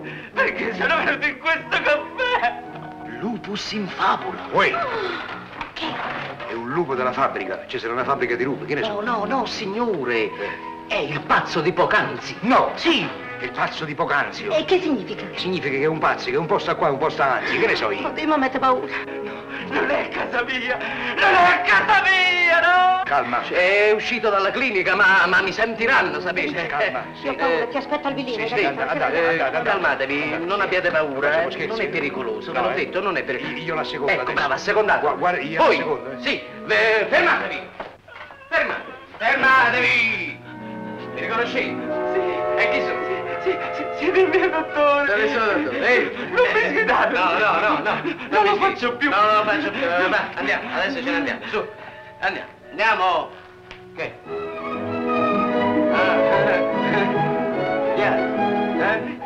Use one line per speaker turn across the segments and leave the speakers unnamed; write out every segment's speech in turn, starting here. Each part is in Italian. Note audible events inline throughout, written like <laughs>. che sono venuto in questo caffè.
Lupus in fabula.
Uè,
Che?
è un lupo della fabbrica. Cioè, sarà una fabbrica di lupi, che ne
No,
so? Eh.
no, no, signore. È il pazzo di poc'anzi.
No.
Sì.
Il pazzo di Pocanzio.
E che significa?
Significa che è un pazzo, che un po' sta qua e un po' sta anzi, che ne so io?
Oddio, mi avete paura.
Non è casa mia, non è casa mia, no!
Calma.
È uscito dalla clinica, ma, ma mi sentiranno, sapete?
Calma,
Eh,
sì.
Io ho paura,
eh,
ti aspetto al villino.
sì,
che
sì,
arrivo.
andate, andate.
Eh, calmatevi,
andate.
non abbiate paura,
Facciamo
eh,
scherzi?
non è pericoloso, ve
No,
l'ho
eh.
detto, non è pericoloso.
Io la seconda
Ecco,
adesso.
brava, secondate.
Gua- guarda, io la
Voi,
seconda, eh.
sì, eh, fermatevi, fermatevi, fermatevi, mi riconoscete?
Sì,
E chi sono?
sì, sì, siete il mio dottore.
Dove sono andato? Eh?
Non mi sgridate.
No, no, no, no.
Non lo
mi sgridi.
faccio più.
No, non lo faccio più. Eh, va, andiamo, adesso ce ne andiamo, su. Andiamo. Andiamo. Che? Ah, eh, eh. Andiamo. Eh?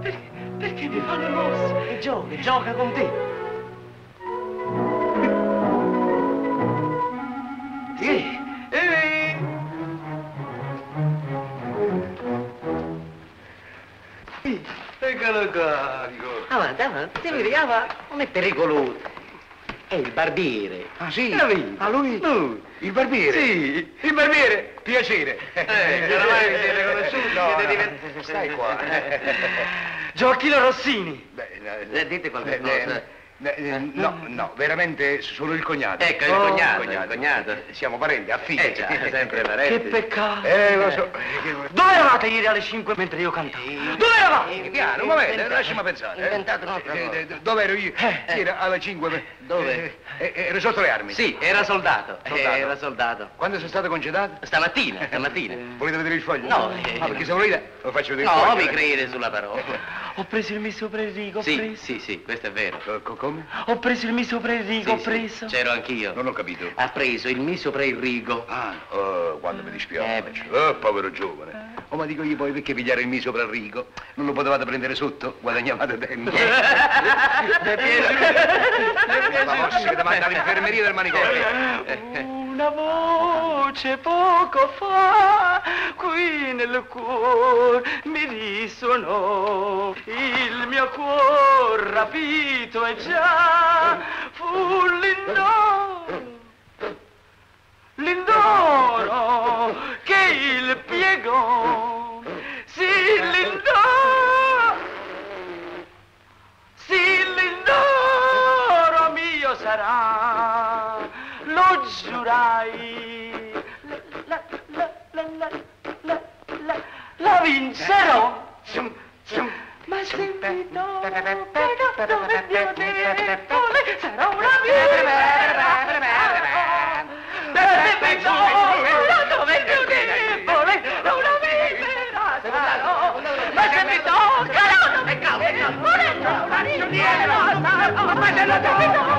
Perché, perché mi fanno mosse?
Eh? Che gioca, gioca con te. Sì.
Eh,
Eccolo carico.
Avanti, avanti, ti vedi,
ah,
avanti. Non è pericoloso. È il barbiere.
Ah sì?
Capito?
Ah lui?
Lui.
Il barbiere?
Sì.
Il barbiere, piacere.
Eh, oramai vi siete conosciuti,
No,
siete
no,
diventati-
Stai
<laughs>
qua. Eh,
Gioachino Rossini.
Beh, no,
Eh, dite qualche
eh,
cosa.
eh, eh, No, no, veramente sono il cognato.
Ecco, il
Oh,
cognato, il cognato.
Siamo parenti, affini.
Eh
<laughs>
già, sempre
Che
parenti.
peccato.
Eh, lo so. eh, che-
Dove eravate ieri alle 5 mentre io cantavo? Dove eravate?
Eh, Piano, un momento, lasciami pensare. eh.
Inventato un'altra
Eh,
cosa.
eh, Dove ero io? Era alle 5.
Dove?
eh, Ero sotto le armi.
Sì, era soldato.
Eh, Soldato. Eh,
Era soldato.
Quando sono stato congedato?
Stamattina, stamattina.
Volete vedere il foglio?
No, eh,
Ah, perché se volete lo faccio vedere il
No,
foglio.
mi
eh.
credere sulla parola.
Ho preso il mio sopra Enrico, ho
Sì,
preso.
sì, sì, questo è vero.
Eh, Co- co- Come?
Ho preso il mio sopra Enrico,
Sì,
ho
sì,
preso.
C'ero anch'io.
Non ho capito.
Ha preso il miso sopra il rigo.
Ah, oh, quando mi dispiace.
Eh,
Oh, povero giovane. Oh, ma dico io poi perché pigliare il miso per Enrico? Non lo potevate prendere sotto?
<laughs>
Guadagnavate tempo.
Mi è piaciuto. Eh. Mi è
Ma forse che
piaciuto.
ti manda all'infermeria del manicomio.
Una voce poco fa qui nel cuore mi risuonò, il mio cuore rapito e già fu l'indono, l'indono che il piegò, sì l'indono. Sì, l'indoro mio sarà, lo giurai. La, la, la, la, la, la, la vincerò. Ma se mi do pega dove Dio debole, sarà una vita. Se mi do pega dove Dio debole, sarà una vita. Sarò. Ma se mi do caro dove Dio debole, sarà una vita. Ma se lo do